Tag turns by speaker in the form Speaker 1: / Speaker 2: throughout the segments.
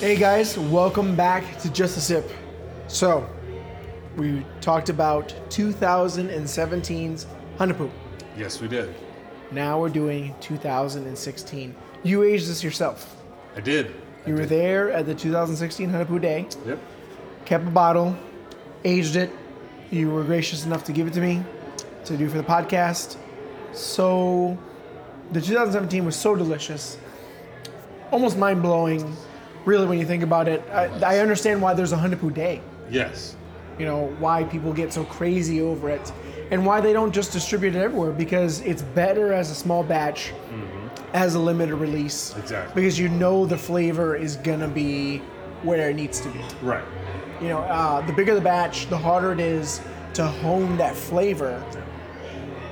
Speaker 1: Hey guys, welcome back to Just a Sip. So, we talked about 2017's Honda Poop.
Speaker 2: Yes, we did.
Speaker 1: Now we're doing 2016. You aged this yourself.
Speaker 2: I did. I
Speaker 1: You were
Speaker 2: did.
Speaker 1: there at the 2016 Honda Poo Day,
Speaker 2: Yep.
Speaker 1: kept a bottle, aged it. You were gracious enough to give it to me to do for the podcast. So, the 2017 was so delicious, almost mind blowing. Really, when you think about it, I, I understand why there's a Honda Poo Day.
Speaker 2: Yes.
Speaker 1: you know why people get so crazy over it and why they don't just distribute it everywhere because it's better as a small batch as a limited release
Speaker 2: Exactly.
Speaker 1: because you know the flavor is gonna be where it needs to be
Speaker 2: Right.
Speaker 1: you know uh, the bigger the batch the harder it is to hone that flavor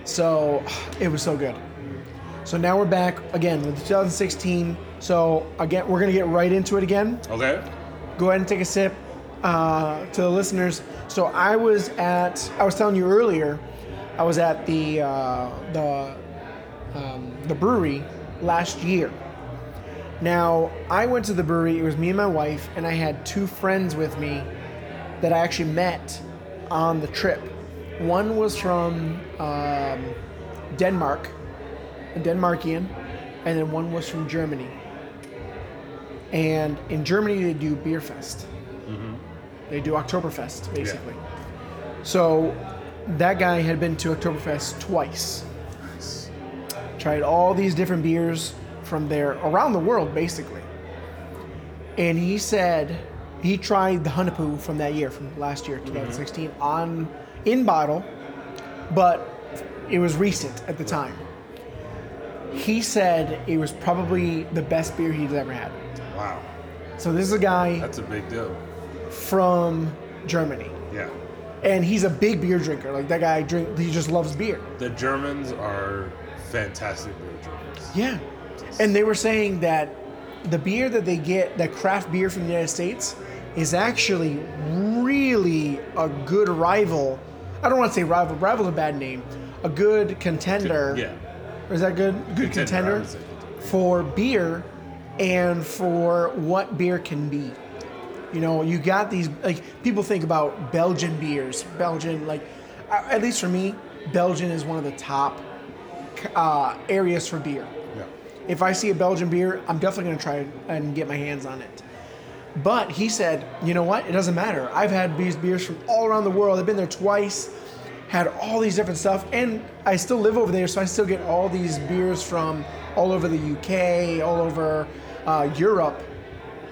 Speaker 1: so it was so good so now we're back again with 2016 so again we're gonna get right into it again
Speaker 2: Okay.
Speaker 1: go ahead and take a sip uh, to the listeners. So I was at, I was telling you earlier, I was at the uh, the um, the brewery last year. Now I went to the brewery. It was me and my wife, and I had two friends with me that I actually met on the trip. One was from um, Denmark, a Denmarkian, and then one was from Germany. And in Germany, they do Beer Fest. They do Oktoberfest, basically. So that guy had been to Oktoberfest twice. Tried all these different beers from there around the world, basically. And he said he tried the Hunapu from that year, from last year, 2016, on in bottle, but it was recent at the time. He said it was probably the best beer he's ever had.
Speaker 2: Wow.
Speaker 1: So this is a guy
Speaker 2: That's a big deal.
Speaker 1: from Germany,
Speaker 2: Yeah.
Speaker 1: and he's a big beer drinker. Like that guy drink, he just loves beer.
Speaker 2: The Germans are fantastic beer drinkers.
Speaker 1: Yeah, and they were saying that the beer that they get, that craft beer from the United States, is actually really a good rival. I don't want to say rival. Rival's a bad name. A good contender.
Speaker 2: Yeah.
Speaker 1: Is that good? Good
Speaker 2: Contender, I
Speaker 1: contender,
Speaker 2: would say contender.
Speaker 1: for beer and for what beer can be. You know, you got these like people think about Belgian beers. Belgian, like a- at least for me, Belgian is one of the top uh, areas for beer.
Speaker 2: Yeah.
Speaker 1: If I see a Belgian beer, I'm definitely going to try and get my hands on it. But he said, you know what? It doesn't matter. I've had these beers from all around the world. I've been there twice, had all these different stuff, and I still live over there, so I still get all these beers from all over the UK, all over uh, Europe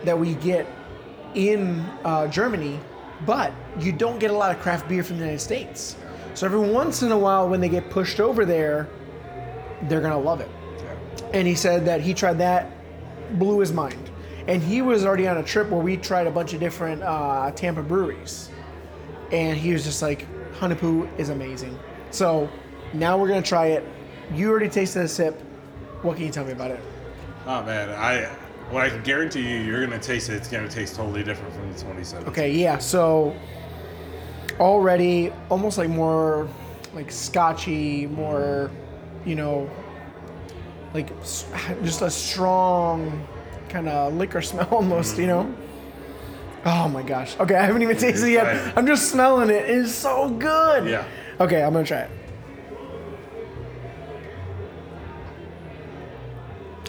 Speaker 1: that we get in uh, Germany. But you don't get a lot of craft beer from the United States. So every once in a while, when they get pushed over there, they're going to love it
Speaker 2: Yeah.
Speaker 1: and he said that he tried that, blew his mind. And he was already on a trip where we tried a bunch of different uh, Tampa breweries, and he was just like, "Hunapu is amazing." So now we're gonna try it. You already tasted a sip. What can you tell me about it?
Speaker 2: Oh man, I what I can guarantee you, you're gonna taste it. It's gonna taste totally different from the 27.
Speaker 1: Okay, yeah. So already almost like more like scotchy, more you know, like s- just a strong kind of liquor smell almost, you know. Oh my gosh. Okay, I haven't even tasted it
Speaker 2: excited.
Speaker 1: yet. I'm just smelling it. It is so good.
Speaker 2: Yeah.
Speaker 1: Okay, I'm gonna try it.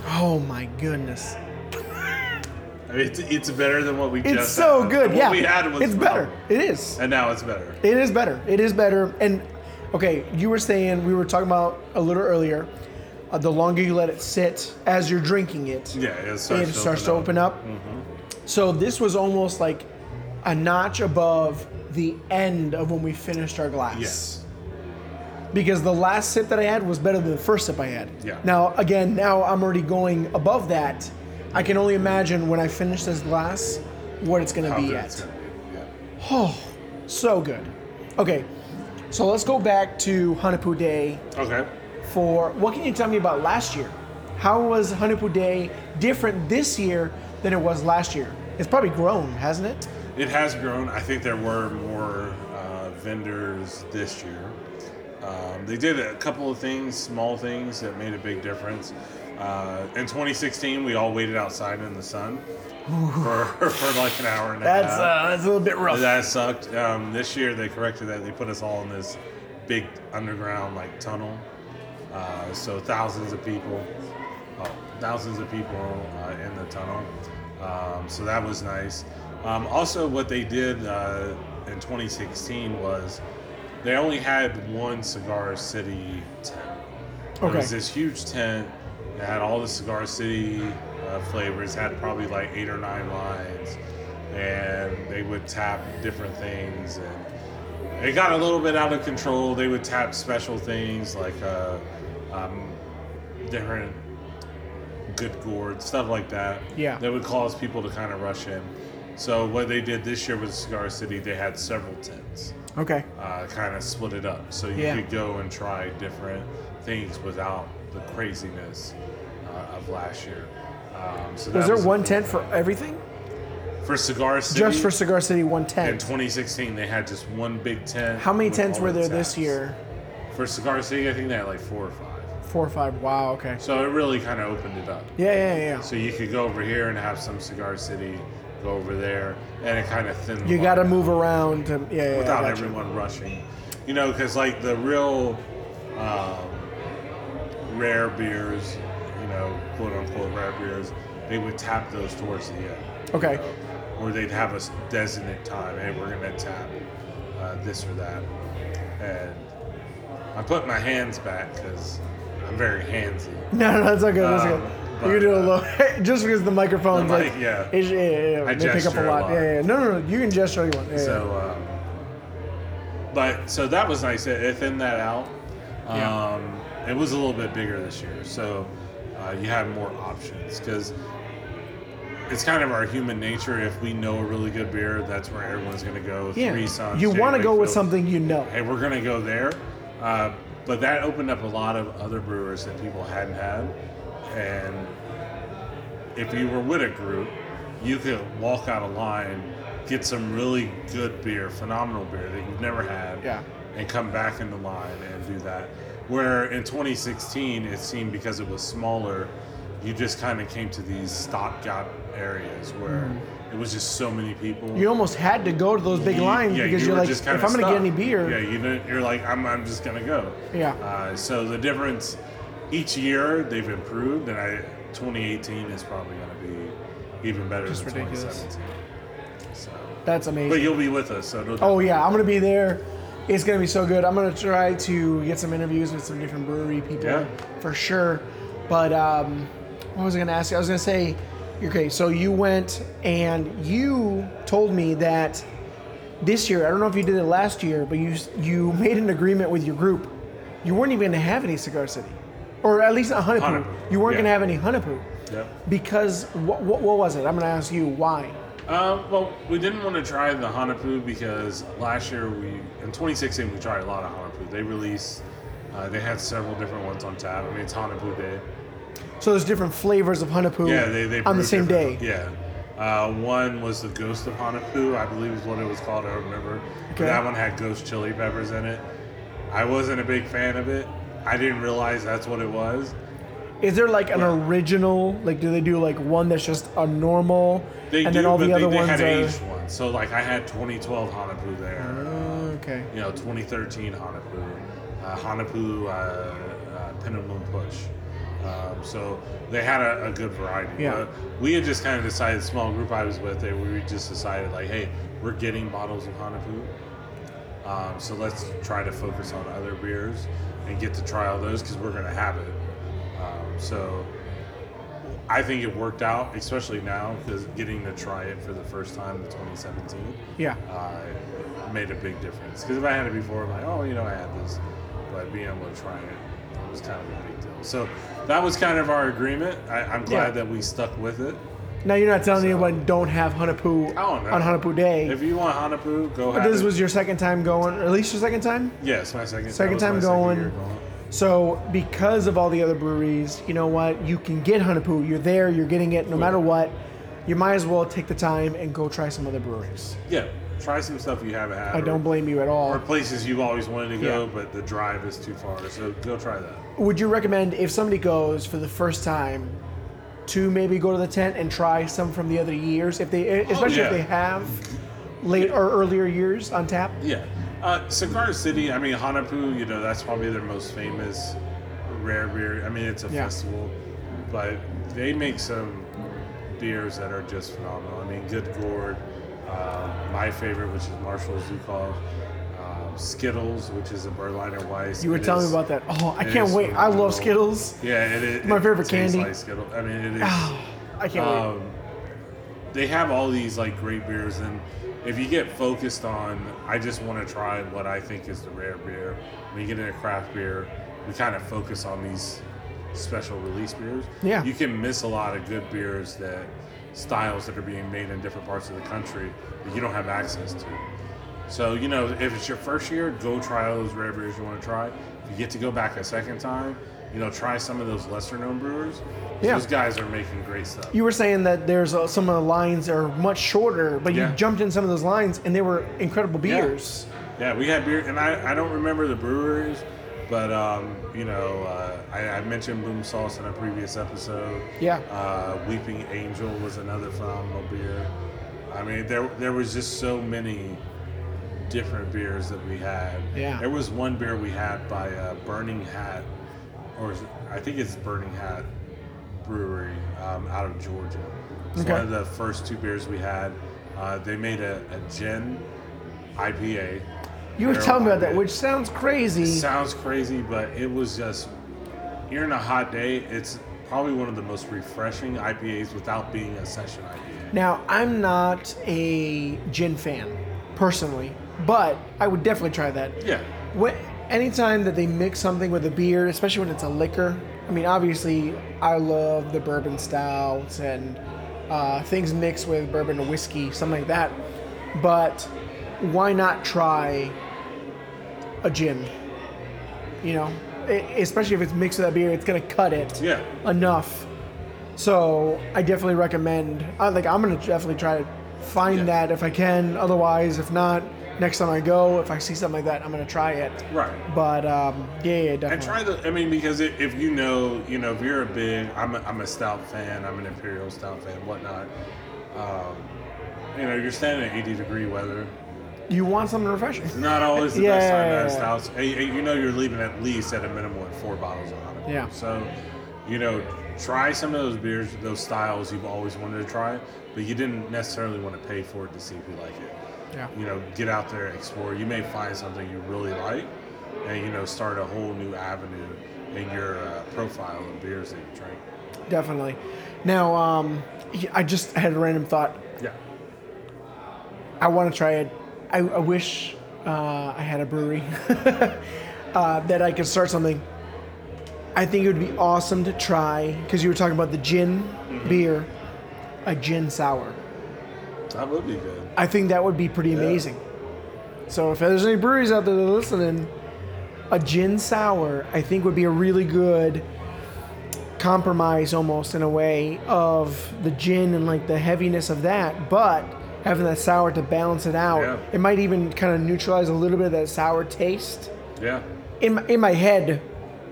Speaker 1: Oh my goodness.
Speaker 2: I mean, it's, it's better than what we
Speaker 1: It's
Speaker 2: just
Speaker 1: so
Speaker 2: had.
Speaker 1: good.
Speaker 2: What
Speaker 1: yeah.
Speaker 2: we had was
Speaker 1: it's better.
Speaker 2: phenomenal.
Speaker 1: It is.
Speaker 2: And now it's better.
Speaker 1: It is better. It is better. And okay, you were saying we were talking about a little earlier. Uh, the longer you let it sit as you're drinking it,
Speaker 2: Yeah, it starts,
Speaker 1: it starts to open up.
Speaker 2: Mm-hmm.
Speaker 1: So this was almost like a notch above the end of when we finished our glass.
Speaker 2: Yes.
Speaker 1: Because the last sip that I had was better than the first sip I had.
Speaker 2: Yeah.
Speaker 1: Now again, now I'm already going above that. I can only imagine when I finish this glass what it's going to
Speaker 2: How
Speaker 1: be
Speaker 2: good
Speaker 1: at.
Speaker 2: it's Oh, gonna be. Yeah.
Speaker 1: Oh, so good. Okay, so let's go back to Hanapu Day
Speaker 2: Okay.
Speaker 1: for what can you tell me about last year? How was Hanapu Day different this year than it was last year? It's probably grown, hasn't it?
Speaker 2: It has grown. I think there were more uh, vendors this year. Um, they did a couple of things, small things that made a big difference. Uh, in 2016, we all waited outside in the sun for, for like an hour and a
Speaker 1: That's
Speaker 2: half.
Speaker 1: uh, that's a little bit rough.
Speaker 2: That sucked. Um, this year they corrected that. They put us all in this big underground like tunnel. Uh, so thousands of people, oh, thousands of people uh, in the tunnel. Um, so that was nice. Um, also, what they did uh, in 2016 was they only had one Cigar City tent. There
Speaker 1: Okay.
Speaker 2: was this huge tent that had all the Cigar City uh, flavors, had probably like eight or nine lines, and they would tap different things. And it got a little bit out of control. They would tap special things like uh, um, different good gourd, stuff like that.
Speaker 1: Yeah.
Speaker 2: That would cause people to kind of rush in. So what they did this year with Cigar City, they had several tents
Speaker 1: okay.
Speaker 2: uh, kind of split it up so you
Speaker 1: Yeah.
Speaker 2: could go and try different things without the craziness uh, of last year. Um, so that
Speaker 1: Was there
Speaker 2: a
Speaker 1: one
Speaker 2: cool
Speaker 1: tent
Speaker 2: thing.
Speaker 1: for everything?
Speaker 2: for Cigar City?
Speaker 1: Just for Cigar City, one
Speaker 2: in
Speaker 1: tent.
Speaker 2: 2016 they had just one big tent.
Speaker 1: How many
Speaker 2: with
Speaker 1: tents
Speaker 2: all
Speaker 1: were
Speaker 2: the
Speaker 1: there this
Speaker 2: taps.
Speaker 1: year?
Speaker 2: For Cigar City, I think they had like four or five.
Speaker 1: Four or five. Wow. Okay.
Speaker 2: So it really kind of opened it up.
Speaker 1: Yeah, yeah, yeah.
Speaker 2: So you could go over here and have some Cigar City, go over there, and it kind of thinned. the
Speaker 1: You
Speaker 2: line
Speaker 1: got to
Speaker 2: out.
Speaker 1: move around. To, yeah, yeah. I
Speaker 2: without
Speaker 1: gotcha.
Speaker 2: everyone rushing. You know, because like the real um, rare beers, you know, quote unquote rare beers, they would tap those towards the end,
Speaker 1: Okay.
Speaker 2: or they'd have a s- designated time. Hey, we're gonna tap uh, this or that, and I put my hands back because I'm very handsy.
Speaker 1: No, no, that's okay. That's
Speaker 2: Um,
Speaker 1: okay.
Speaker 2: but,
Speaker 1: you can do a
Speaker 2: uh,
Speaker 1: little, just because the microphone's
Speaker 2: the mic-
Speaker 1: like,
Speaker 2: yeah.
Speaker 1: it's- yeah, yeah, yeah,
Speaker 2: I
Speaker 1: they pick up a
Speaker 2: gesture a
Speaker 1: lot.
Speaker 2: lot.
Speaker 1: Yeah, yeah. No, no, no. You can gesture all you want. Yeah, yeah.
Speaker 2: So, um, but so that was nice. It, it thinned that out. Um,
Speaker 1: Yeah.
Speaker 2: It was a little bit bigger this year, so uh, you had more options because it's kind of our human nature. If we know a really good beer, that's where everyone's going to go.
Speaker 1: yeah.
Speaker 2: Three Suns.
Speaker 1: you
Speaker 2: Jay
Speaker 1: want to go with
Speaker 2: Wakefield.
Speaker 1: something you know.
Speaker 2: Hey, we're going to go there. Uh, but that opened up a lot of other brewers that people hadn't had, and if you were with a group, you could walk out of line, get some really good beer, phenomenal beer that you've never had,
Speaker 1: Yeah.
Speaker 2: and come back into line and do that. Where in 2016, it seemed because it was smaller, you just kind of came to these stopgap areas where it was just so many people.
Speaker 1: Mm. You almost had to go to those big
Speaker 2: You-
Speaker 1: lines
Speaker 2: yeah,
Speaker 1: because
Speaker 2: you
Speaker 1: you're
Speaker 2: were
Speaker 1: like,
Speaker 2: just
Speaker 1: if
Speaker 2: kinda
Speaker 1: I'm going to get
Speaker 2: stuck.
Speaker 1: any beer,
Speaker 2: yeah, you didn't, you're like, I'm, I'm just gonna go.
Speaker 1: Yeah.
Speaker 2: Uh, so the difference each year they've improved, and I 2018 is probably gonna be even better
Speaker 1: Just
Speaker 2: than
Speaker 1: ridiculous.
Speaker 2: 2017. So,
Speaker 1: that's
Speaker 2: but
Speaker 1: amazing.
Speaker 2: you'll be with us, so it'll-
Speaker 1: Oh yeah, I'm gonna be there. It's gonna be so good. I'm gonna try to get some interviews with some different brewery people
Speaker 2: Yeah.
Speaker 1: for sure. But um, what was I gonna ask you? I was gonna say, okay, so you went and you told me that this year, I don't know if you did it last year, but you you made an agreement with your group. You weren't even gonna have any Cigar City, or at least a Hunapu.
Speaker 2: Hunapu,
Speaker 1: You weren't
Speaker 2: yeah.
Speaker 1: gonna have any Hunapu
Speaker 2: Yep.
Speaker 1: because what, what what was it? I'm gonna ask you why.
Speaker 2: Um, well, we didn't want to try the Hanapu because last year we, in 2016, we tried a lot of Hanapu. They released, uh, they had several different ones on tap. I mean, it's Hanapu Day.
Speaker 1: So there's different flavors of Hunapu
Speaker 2: Yeah, they, they
Speaker 1: on the
Speaker 2: brewed
Speaker 1: same day.
Speaker 2: different- Yeah. Uh, one was the Ghost of Hanapu, I believe is what it was called. I don't remember.
Speaker 1: Okay.
Speaker 2: But that one had ghost chili peppers in it. I wasn't a big fan of it. I didn't realize that's what it was.
Speaker 1: Is there like an original? Like, do they do like one that's just a normal,
Speaker 2: They
Speaker 1: and
Speaker 2: do,
Speaker 1: then all the
Speaker 2: but they,
Speaker 1: other
Speaker 2: they
Speaker 1: ones
Speaker 2: had
Speaker 1: are?
Speaker 2: aged ones. So like I had 2012
Speaker 1: Oh.
Speaker 2: Hanapu there.
Speaker 1: Okay.
Speaker 2: you know, 2013 Hanapu, uh, Hanapu uh, uh, Pin and Moon Push. Um, so they had a, a good variety.
Speaker 1: Yeah.
Speaker 2: But we had just kind of decided, the small group I was with, they, we just decided, like, hey, we're getting bottles of Hanapu. Um, so let's try to focus on other beers and get to try all those because we're going to have it. Um, so I think it worked out, especially now, because getting to try it for the first time in 2017
Speaker 1: Yeah.
Speaker 2: uh, made a big difference. Because if I had it before, I'm like, oh, you know, I had this, but being able to try it, it was kind of a big deal. So that was kind of our agreement. I, I'm glad
Speaker 1: Yeah.
Speaker 2: that we stuck with it.
Speaker 1: Now you're not telling anyone don't have Hunapu
Speaker 2: I don't know.
Speaker 1: on Hunapu Day.
Speaker 2: If you want Hanapu, go.
Speaker 1: but
Speaker 2: have
Speaker 1: this
Speaker 2: it.
Speaker 1: was your second time going, or at least your second time.
Speaker 2: yes, my second
Speaker 1: second
Speaker 2: that was my
Speaker 1: time going.
Speaker 2: year going.
Speaker 1: So because of all the other breweries, you know what? You can get Hunapu. You're there. You're getting it no matter what. You might as well take the time and go try some other breweries.
Speaker 2: Yeah, try some stuff you haven't had.
Speaker 1: I
Speaker 2: or-
Speaker 1: don't blame you at
Speaker 2: Or
Speaker 1: all.
Speaker 2: places you've always wanted to go,
Speaker 1: Yeah.
Speaker 2: but the drive is too far. So go try that.
Speaker 1: Would you recommend if somebody goes for the first time to maybe go to the tent and try some from the other years, if they, e, especially
Speaker 2: Oh, yeah.
Speaker 1: if they have late or earlier years on tap?
Speaker 2: Yeah. Uh, Cigar City, I mean, Hanapu, you know, that's probably their most famous rare beer. I mean, it's a
Speaker 1: Yeah.
Speaker 2: festival, but they make some beers that are just phenomenal. I mean, Good Gourd, uh, my favorite, which is Marshall Zukov, uh, Skittles, which is a Berliner Weiss.
Speaker 1: You were
Speaker 2: It
Speaker 1: telling
Speaker 2: is-
Speaker 1: me about that. Oh, I
Speaker 2: it
Speaker 1: can't
Speaker 2: is
Speaker 1: wait. I
Speaker 2: phenomenal.
Speaker 1: love Skittles.
Speaker 2: Yeah, it is.
Speaker 1: My
Speaker 2: it
Speaker 1: favorite
Speaker 2: tastes
Speaker 1: candy.
Speaker 2: Like Skittle. I mean, it is.
Speaker 1: Oh, I can't wait.
Speaker 2: um, they have all these like great beers and if you get focused on i just want to try what i think is the rare beer when you get into craft beer we kind of focus on these special release beers
Speaker 1: Yeah.
Speaker 2: you can miss a lot of good beers that styles that are being made in different parts of the country that you don't have access to so you know if it's your first year go try all those rare beers you want to try if you get to go back a second time you know try some of those lesser known brewers
Speaker 1: Yeah.
Speaker 2: those guys are making great stuff
Speaker 1: You were saying that there's uh, some of the lines are much shorter, but
Speaker 2: Yeah.
Speaker 1: you jumped in some of those lines and they were incredible
Speaker 2: Yeah.
Speaker 1: beers.
Speaker 2: Yeah, we had beer, and I, I don't remember the brewers, but um, you know, uh, I, I mentioned Boom Sauce in a previous episode.
Speaker 1: Yeah.
Speaker 2: Uh, Weeping Angel was another phenomenal beer. I mean, there there was just so many different beers that we had.
Speaker 1: Yeah.
Speaker 2: There was one beer we had by uh, Burning Hat, or is it, I think it's Burning Hat Brewery um, out of Georgia. It's
Speaker 1: Okay.
Speaker 2: one of the first two beers we had. Uh, they made a, a gin IPA.
Speaker 1: You were
Speaker 2: They're
Speaker 1: telling me about that,
Speaker 2: loaded.
Speaker 1: which sounds crazy.
Speaker 2: Sounds crazy, but it was just you're in a hot day. It's probably one of the most refreshing IPAs without being a session IPA.
Speaker 1: Now, I'm not a gin fan personally, but I would definitely try that.
Speaker 2: Yeah,
Speaker 1: When, anytime that they mix something with a beer, especially when it's a liquor, I mean, obviously, I love the bourbon stouts and uh, things mixed with bourbon and whiskey, something like that. But why not try a gin? You know, E- especially if it's mixed with a beer, it's going to cut it
Speaker 2: yeah,
Speaker 1: enough. So I definitely recommend. I like. I'm gonna definitely try to find
Speaker 2: Yeah.
Speaker 1: that if I can. Otherwise, if not, next time I go, if I see something like that, I'm gonna try it.
Speaker 2: right.
Speaker 1: But um, yeah, yeah, definitely.
Speaker 2: And try the. I mean, because i if you know, you know, if you're a big, I'm a, I'm a stout fan. I'm an imperial stout fan, whatnot. Um, you know, you're standing at 80 degree weather.
Speaker 1: You want something refreshing?
Speaker 2: Not always the
Speaker 1: Yeah,
Speaker 2: best time to
Speaker 1: yeah,
Speaker 2: have
Speaker 1: yeah.
Speaker 2: stouts. And- and you know, you're leaving at least at a minimum with four bottles of Hanapu.
Speaker 1: Yeah.
Speaker 2: So, you know, try some of those beers, those styles you've always wanted to try, but you didn't necessarily want to pay for it to see if you like it.
Speaker 1: Yeah.
Speaker 2: You know, get out there, explore. You may find something you really like, and you know, start a whole new avenue in your uh, profile of beers that you drink.
Speaker 1: Definitely. Now, um, I just had a random thought.
Speaker 2: Yeah.
Speaker 1: I want to try it. I, I wish uh, I had a brewery uh, that I could start something. I think it would be awesome to try because you were talking about the gin beer, a gin sour.
Speaker 2: That would be good.
Speaker 1: I think that would be pretty amazing. So if there's any breweries out there that are listening, a gin sour I think would be a really good compromise almost in a way of the gin and like the heaviness of that, but having that sour to balance it out.
Speaker 2: Yeah.
Speaker 1: It might even kind of neutralize a little bit of that sour taste.
Speaker 2: Yeah.
Speaker 1: In my, in my head,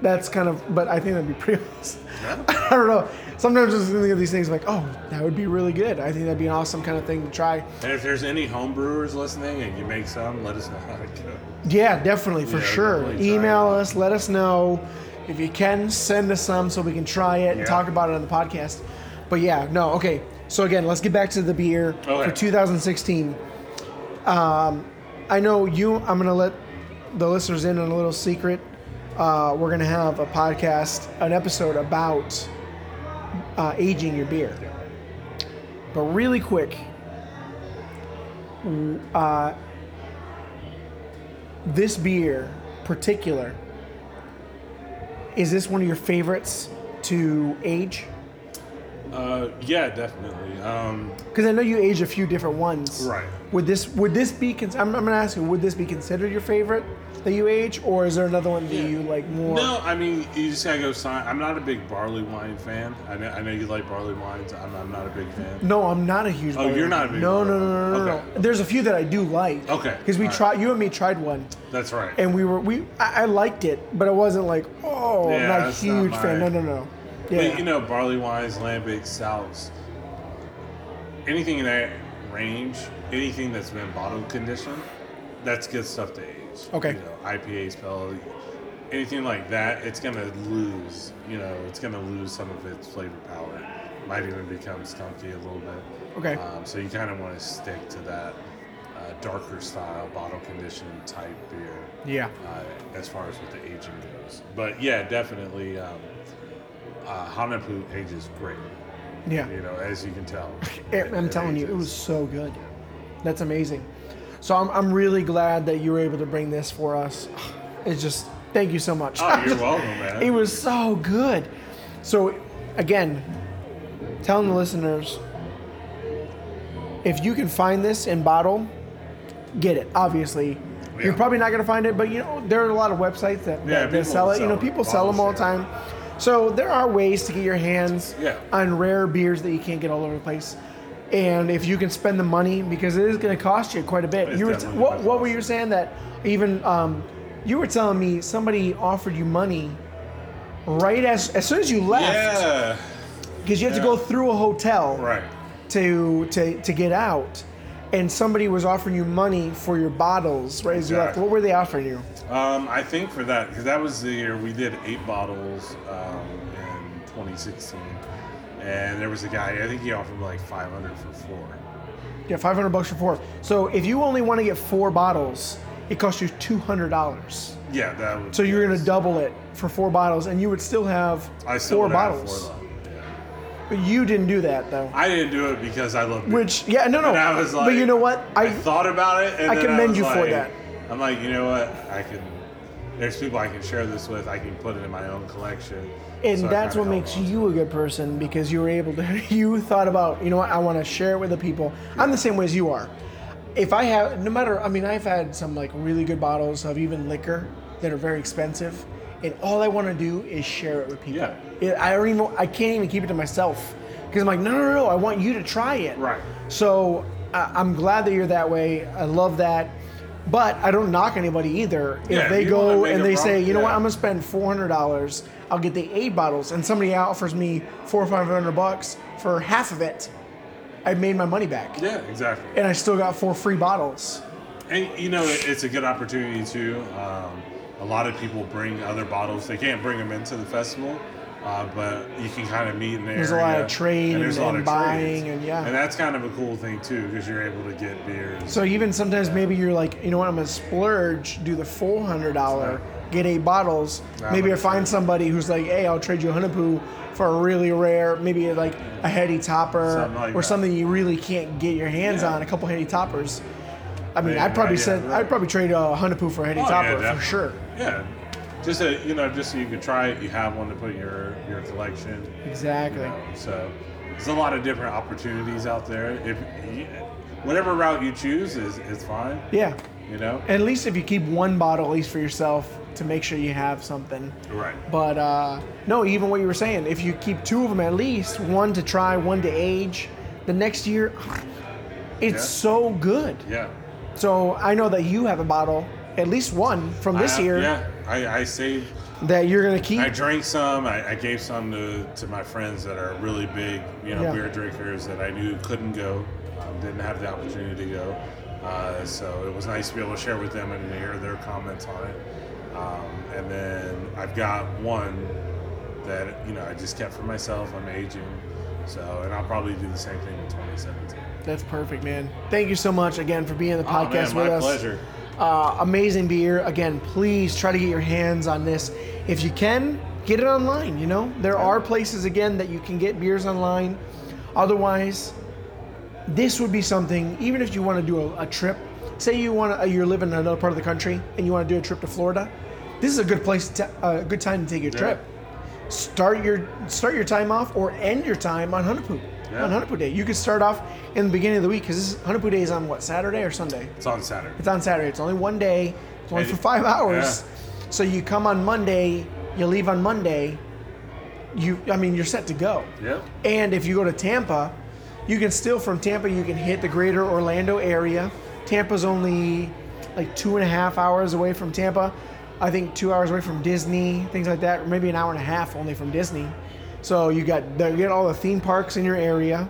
Speaker 1: that's kind of but I think that'd be pretty awesome.
Speaker 2: Yeah.
Speaker 1: I don't know. Sometimes I just think of these things like, oh, that would be really good. I think that'd be an awesome kind of thing to try.
Speaker 2: and if there's any home brewers listening and you make some, let us know how it goes.
Speaker 1: Yeah, definitely for
Speaker 2: Yeah,
Speaker 1: sure.
Speaker 2: definitely try
Speaker 1: Email
Speaker 2: it out.
Speaker 1: us, let us know if you can send us some so we can try it
Speaker 2: Yeah.
Speaker 1: and talk about it on the podcast. But yeah, no, okay. So again, let's get back to the beer for
Speaker 2: Okay.
Speaker 1: 2016. Um, I know you. I'm gonna let the listeners in on a little secret. Uh, we're gonna have a podcast, an episode about uh, aging your beer. But really quick, uh, this beer particular is this one of your favorites to age
Speaker 2: Uh, yeah, definitely. Um,
Speaker 1: Because I know you aged a few different ones.
Speaker 2: Right.
Speaker 1: Would this would this be? Cons- I'm, I'm gonna ask you. Would this be considered your favorite that you age, or is there another one that
Speaker 2: Yeah.
Speaker 1: you like more?
Speaker 2: no, I mean you just gotta go sign. I'm not a big barley wine fan. I know, I know you like barley wines. I'm, I'm not a big fan.
Speaker 1: No, I'm not a huge.
Speaker 2: Oh, you're not a big
Speaker 1: no, no, no,
Speaker 2: Bud
Speaker 1: no, no, no.
Speaker 2: Light. Okay.
Speaker 1: There's a few that I do like.
Speaker 2: Okay,
Speaker 1: Because we
Speaker 2: all right.
Speaker 1: tried. You and me tried one,
Speaker 2: That's right.
Speaker 1: and we were we. I, I liked it, but I wasn't like, oh,
Speaker 2: Yeah,
Speaker 1: I'm not a
Speaker 2: that's not
Speaker 1: huge fan. No,
Speaker 2: mine.
Speaker 1: no, no. Yeah.
Speaker 2: But you know, barley wines, lambics, stouts, anything in that range, anything that's been bottle conditioned, that's good stuff to age.
Speaker 1: Okay.
Speaker 2: You know, IPA spell, anything like that, it's gonna lose. You know, it's gonna lose some of its flavor power. Might even become skunky a little bit.
Speaker 1: Okay.
Speaker 2: Um, so you kind of want to stick to that uh, darker style, bottle conditioned type beer
Speaker 1: yeah.
Speaker 2: uh, as far as with the aging goes. But yeah, definitely, um, uh, Hanapu ages great.
Speaker 1: Yeah.
Speaker 2: You know, as you can tell.
Speaker 1: It, I'm
Speaker 2: It
Speaker 1: telling you, it
Speaker 2: ages.
Speaker 1: was so good. That's amazing. So I'm, I'm really glad that you were able to bring this for us. It's just thank you so much.
Speaker 2: Oh, you're welcome, man.
Speaker 1: It was so good. So, again, telling the listeners if you can find this in bottle, get it. Obviously,
Speaker 2: Yeah.
Speaker 1: you're probably not going to find it, but you know there are a lot of websites that,
Speaker 2: Yeah,
Speaker 1: that, that
Speaker 2: people
Speaker 1: sell it.
Speaker 2: sell
Speaker 1: you know,
Speaker 2: it.
Speaker 1: people sell them all the
Speaker 2: Bottles,
Speaker 1: time. So there are ways to get your hands
Speaker 2: Yeah.
Speaker 1: on rare beers that you can't get all over the place. And if you can spend the money, because it is going to cost you quite a bit.
Speaker 2: It's
Speaker 1: you were
Speaker 2: definitely
Speaker 1: what,
Speaker 2: gonna
Speaker 1: what were
Speaker 2: cost.
Speaker 1: you saying that even um, you were telling me somebody offered you money right as as soon as you left
Speaker 2: Yeah.
Speaker 1: because you have to
Speaker 2: Yeah.
Speaker 1: go through a hotel
Speaker 2: Right.
Speaker 1: to to to get out, and somebody was offering you money for your bottles right as you left.
Speaker 2: Exactly.
Speaker 1: What were they offering you?
Speaker 2: Um, I think for that, because that was the year we did eight bottles um, in 2016. And there was a guy, I think he offered me like 500 for four.
Speaker 1: Yeah, five hundred bucks for four. So if you only want to get four bottles, it costs you two hundred dollars.
Speaker 2: Yeah, that was.
Speaker 1: So you're gonna double it for four bottles, and you would still have
Speaker 2: I still
Speaker 1: four
Speaker 2: would have four
Speaker 1: bottles.
Speaker 2: left, yeah.
Speaker 1: but you didn't do that though.
Speaker 2: I didn't do it because I love beer.
Speaker 1: Which yeah, no, no.
Speaker 2: And I was like,
Speaker 1: but you know what?
Speaker 2: I, thought about it. And
Speaker 1: I
Speaker 2: then
Speaker 1: commend
Speaker 2: was
Speaker 1: you for
Speaker 2: like-
Speaker 1: that.
Speaker 2: I'm like, you know what? I can. There's people I can share this with. I can put it in my own collection.
Speaker 1: and
Speaker 2: So I
Speaker 1: that's what
Speaker 2: kinda
Speaker 1: makes
Speaker 2: held on.
Speaker 1: you a good person because you were able to you thought about you know what i want to share it with the people i'm the same way as you are if i have no matter i mean i've had some like really good bottles of even liquor that are very expensive and all i want to do is share it with people
Speaker 2: Yeah.
Speaker 1: It- i don't even i can't even keep it to myself because i'm like no no no no i want you to try it
Speaker 2: Right.
Speaker 1: so I, i'm glad that you're that way i love that but I don't knock anybody either. If
Speaker 2: Yeah,
Speaker 1: they
Speaker 2: you wanna
Speaker 1: go
Speaker 2: make
Speaker 1: and
Speaker 2: a
Speaker 1: they
Speaker 2: profit,
Speaker 1: say, you know what,
Speaker 2: yeah.
Speaker 1: I'm gonna spend four hundred dollars. I'll get the eight bottles, and somebody offers me four or five hundred bucks for half of it. I made my money back,
Speaker 2: Yeah, exactly.
Speaker 1: and I still got four free bottles.
Speaker 2: And you know, it- it's a good opportunity too. Um, a lot of people bring other bottles. They can't bring them into the festival, uh, but you can kind of meet in the
Speaker 1: There's a
Speaker 2: area,
Speaker 1: lot of trade
Speaker 2: and, there's a
Speaker 1: and-
Speaker 2: lot
Speaker 1: and
Speaker 2: of trades.
Speaker 1: buying and- yeah.
Speaker 2: And that's kind of a cool thing too, because you're able to get beers.
Speaker 1: So even sometimes maybe you're like, you know what, I'm gonna splurge, do the four hundred dollar, get eight bottles.
Speaker 2: Nah,
Speaker 1: maybe I
Speaker 2: but-
Speaker 1: find somebody who's like, hey, I'll trade you a hunapoo for a really rare, maybe like a heady topper
Speaker 2: Something like
Speaker 1: or
Speaker 2: that.
Speaker 1: something you really can't get your hands
Speaker 2: Yeah.
Speaker 1: on, a couple heady toppers. I mean,
Speaker 2: Yeah,
Speaker 1: I'd probably
Speaker 2: yeah,
Speaker 1: said
Speaker 2: right.
Speaker 1: I'd probably trade a hunapoo for a heady
Speaker 2: Oh, yeah,
Speaker 1: topper for
Speaker 2: definitely.
Speaker 1: sure.
Speaker 2: Yeah, just so you know, just so you could try it. You have one to put in your your collection.
Speaker 1: Exactly.
Speaker 2: you know, so there's a lot of different opportunities out there. If you, whatever route you choose is is fine.
Speaker 1: Yeah.
Speaker 2: You know.
Speaker 1: At least if you keep one bottle, at least for yourself, to make sure you have something.
Speaker 2: Right.
Speaker 1: But uh, no, even what you were saying, if you keep two of them at least, one to try, one to age, the next year, it's
Speaker 2: Yeah.
Speaker 1: so good.
Speaker 2: Yeah.
Speaker 1: So I know that you have a bottle, at least one from this
Speaker 2: I-
Speaker 1: year,
Speaker 2: Yeah. I, I saved.
Speaker 1: that you're gonna keep.
Speaker 2: I drank some. I, I gave some to, to my friends that are really big, you know,
Speaker 1: Yeah.
Speaker 2: beer drinkers that I knew couldn't go, um, didn't have the opportunity to go. Uh, so it was nice to be able to share with them and to hear their comments on it. Um, and then I've got one that you know I just kept for myself. I'm aging, so and I'll probably do the same thing in 2017.
Speaker 1: That's perfect, man. Thank you so much again for being on the
Speaker 2: Oh, man,
Speaker 1: podcast
Speaker 2: my
Speaker 1: with us.
Speaker 2: pleasure.
Speaker 1: Uh, amazing beer. Again, please try to get your hands on this. If you can, get it online. You know, there are places again that you can get beers online. Otherwise, this would be something. Even if you want to do a, a trip, say you want to, you're living in another uh, part of the country and you want to do a trip to Florida, this is a good place, to, a good time to take your trip start your start your time off or end your time on Hunapu
Speaker 2: Yeah.
Speaker 1: on Hunapu Day. You could start off in the beginning of the week because Hunapu Day is on what Saturday or Sunday?
Speaker 2: It's on Saturday.
Speaker 1: It's on Saturday. It's only one day. It's only
Speaker 2: And-
Speaker 1: for five hours. So you come on Monday, you leave on Monday. You, I mean, you're set to go.
Speaker 2: Yep.
Speaker 1: And if you go to Tampa, you can still from Tampa you can hit the greater Orlando area. Tampa's only like two and a half hours away from Tampa. I think two hours away from Disney, things like that, or maybe an hour and a half only from Disney. So you got you get all the theme parks in your area.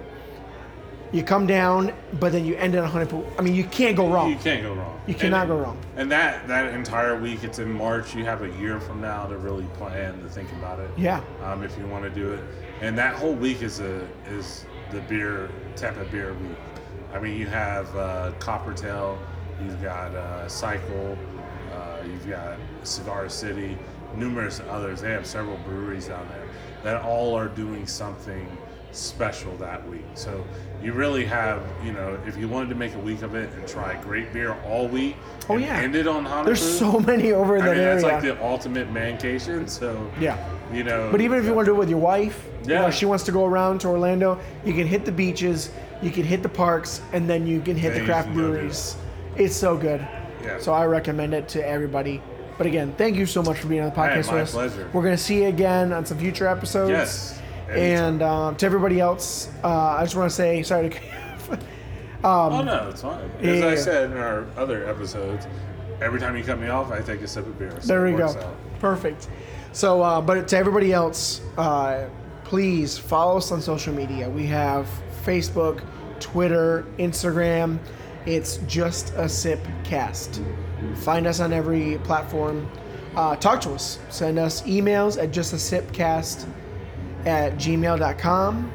Speaker 1: You come down, but then you end in a hundred pool. I mean, you can't go wrong.
Speaker 2: You can't go wrong.
Speaker 1: You cannot go wrong.
Speaker 2: And that that entire week, it's in March. You have a year from now to really plan to think about it.
Speaker 1: Yeah.
Speaker 2: Um, if you want to do it, and that whole week is a is the beer Tampa beer week. I mean, you have uh, Coppertail, you've got uh, Cycle, uh, you've got Cigar City, numerous others. They have several breweries down there that all are doing something special that week. So you really have, you know, if you wanted to make a week of it and try great beer all week,
Speaker 1: Oh,
Speaker 2: and
Speaker 1: yeah.
Speaker 2: end it on Hanukkah.
Speaker 1: There's so many over in
Speaker 2: I
Speaker 1: that
Speaker 2: mean,
Speaker 1: area.
Speaker 2: that's like the ultimate mancation. So
Speaker 1: yeah.
Speaker 2: you know.
Speaker 1: But even if you want to do it with your wife, you know,
Speaker 2: Yeah.
Speaker 1: she wants to go around to Orlando, you can hit the beaches, you can hit the parks, and then you can hit
Speaker 2: Yeah,
Speaker 1: the
Speaker 2: you
Speaker 1: craft
Speaker 2: can go do
Speaker 1: breweries. It's so good.
Speaker 2: Yeah.
Speaker 1: So I recommend it to everybody. But again, thank you so much for being on the
Speaker 2: Hey,
Speaker 1: podcast
Speaker 2: my
Speaker 1: with us.
Speaker 2: pleasure.
Speaker 1: We're going to see you again on some future episodes.
Speaker 2: Yes. Anytime.
Speaker 1: And um, to everybody else, uh, I just want to say sorry to.
Speaker 2: oh no, it's fine. As
Speaker 1: um, yeah.
Speaker 2: I said in our other episodes, every time you cut me off, I take a sip of beer. So
Speaker 1: There
Speaker 2: it
Speaker 1: we go.
Speaker 2: works out.
Speaker 1: Perfect. So, uh, but to everybody else, uh, please follow us on social media. We have Facebook, Twitter, Instagram. It's just a sip cast. Find us on every platform. Uh, talk to us. Send us emails at just a sipcast at gmail.com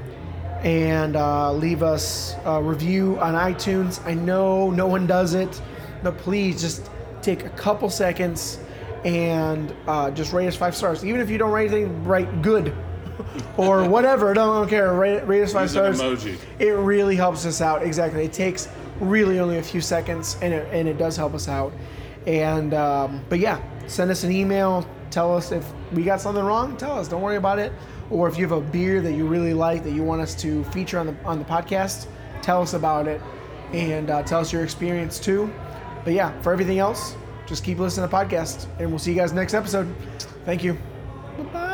Speaker 1: and uh, leave us a review on iTunes. I know no one does it, but please just take a couple seconds and uh, just rate us five stars. Even if you don't rate anything, write good or whatever. Don't, don't care. Rate, rate us five
Speaker 2: Use an
Speaker 1: stars.
Speaker 2: emoji.
Speaker 1: It really helps us out. Exactly. It takes really only a few seconds, and it, and it does help us out. And um, but yeah, send us an email. Tell us if we got something wrong. Tell us. Don't worry about it. Or if you have a beer that you really like that you want us to feature on the on the podcast, tell us about it, and uh, tell us your experience too. But yeah, for everything else, just keep listening to the podcast, and we'll see you guys next episode. Thank you. Bye-bye.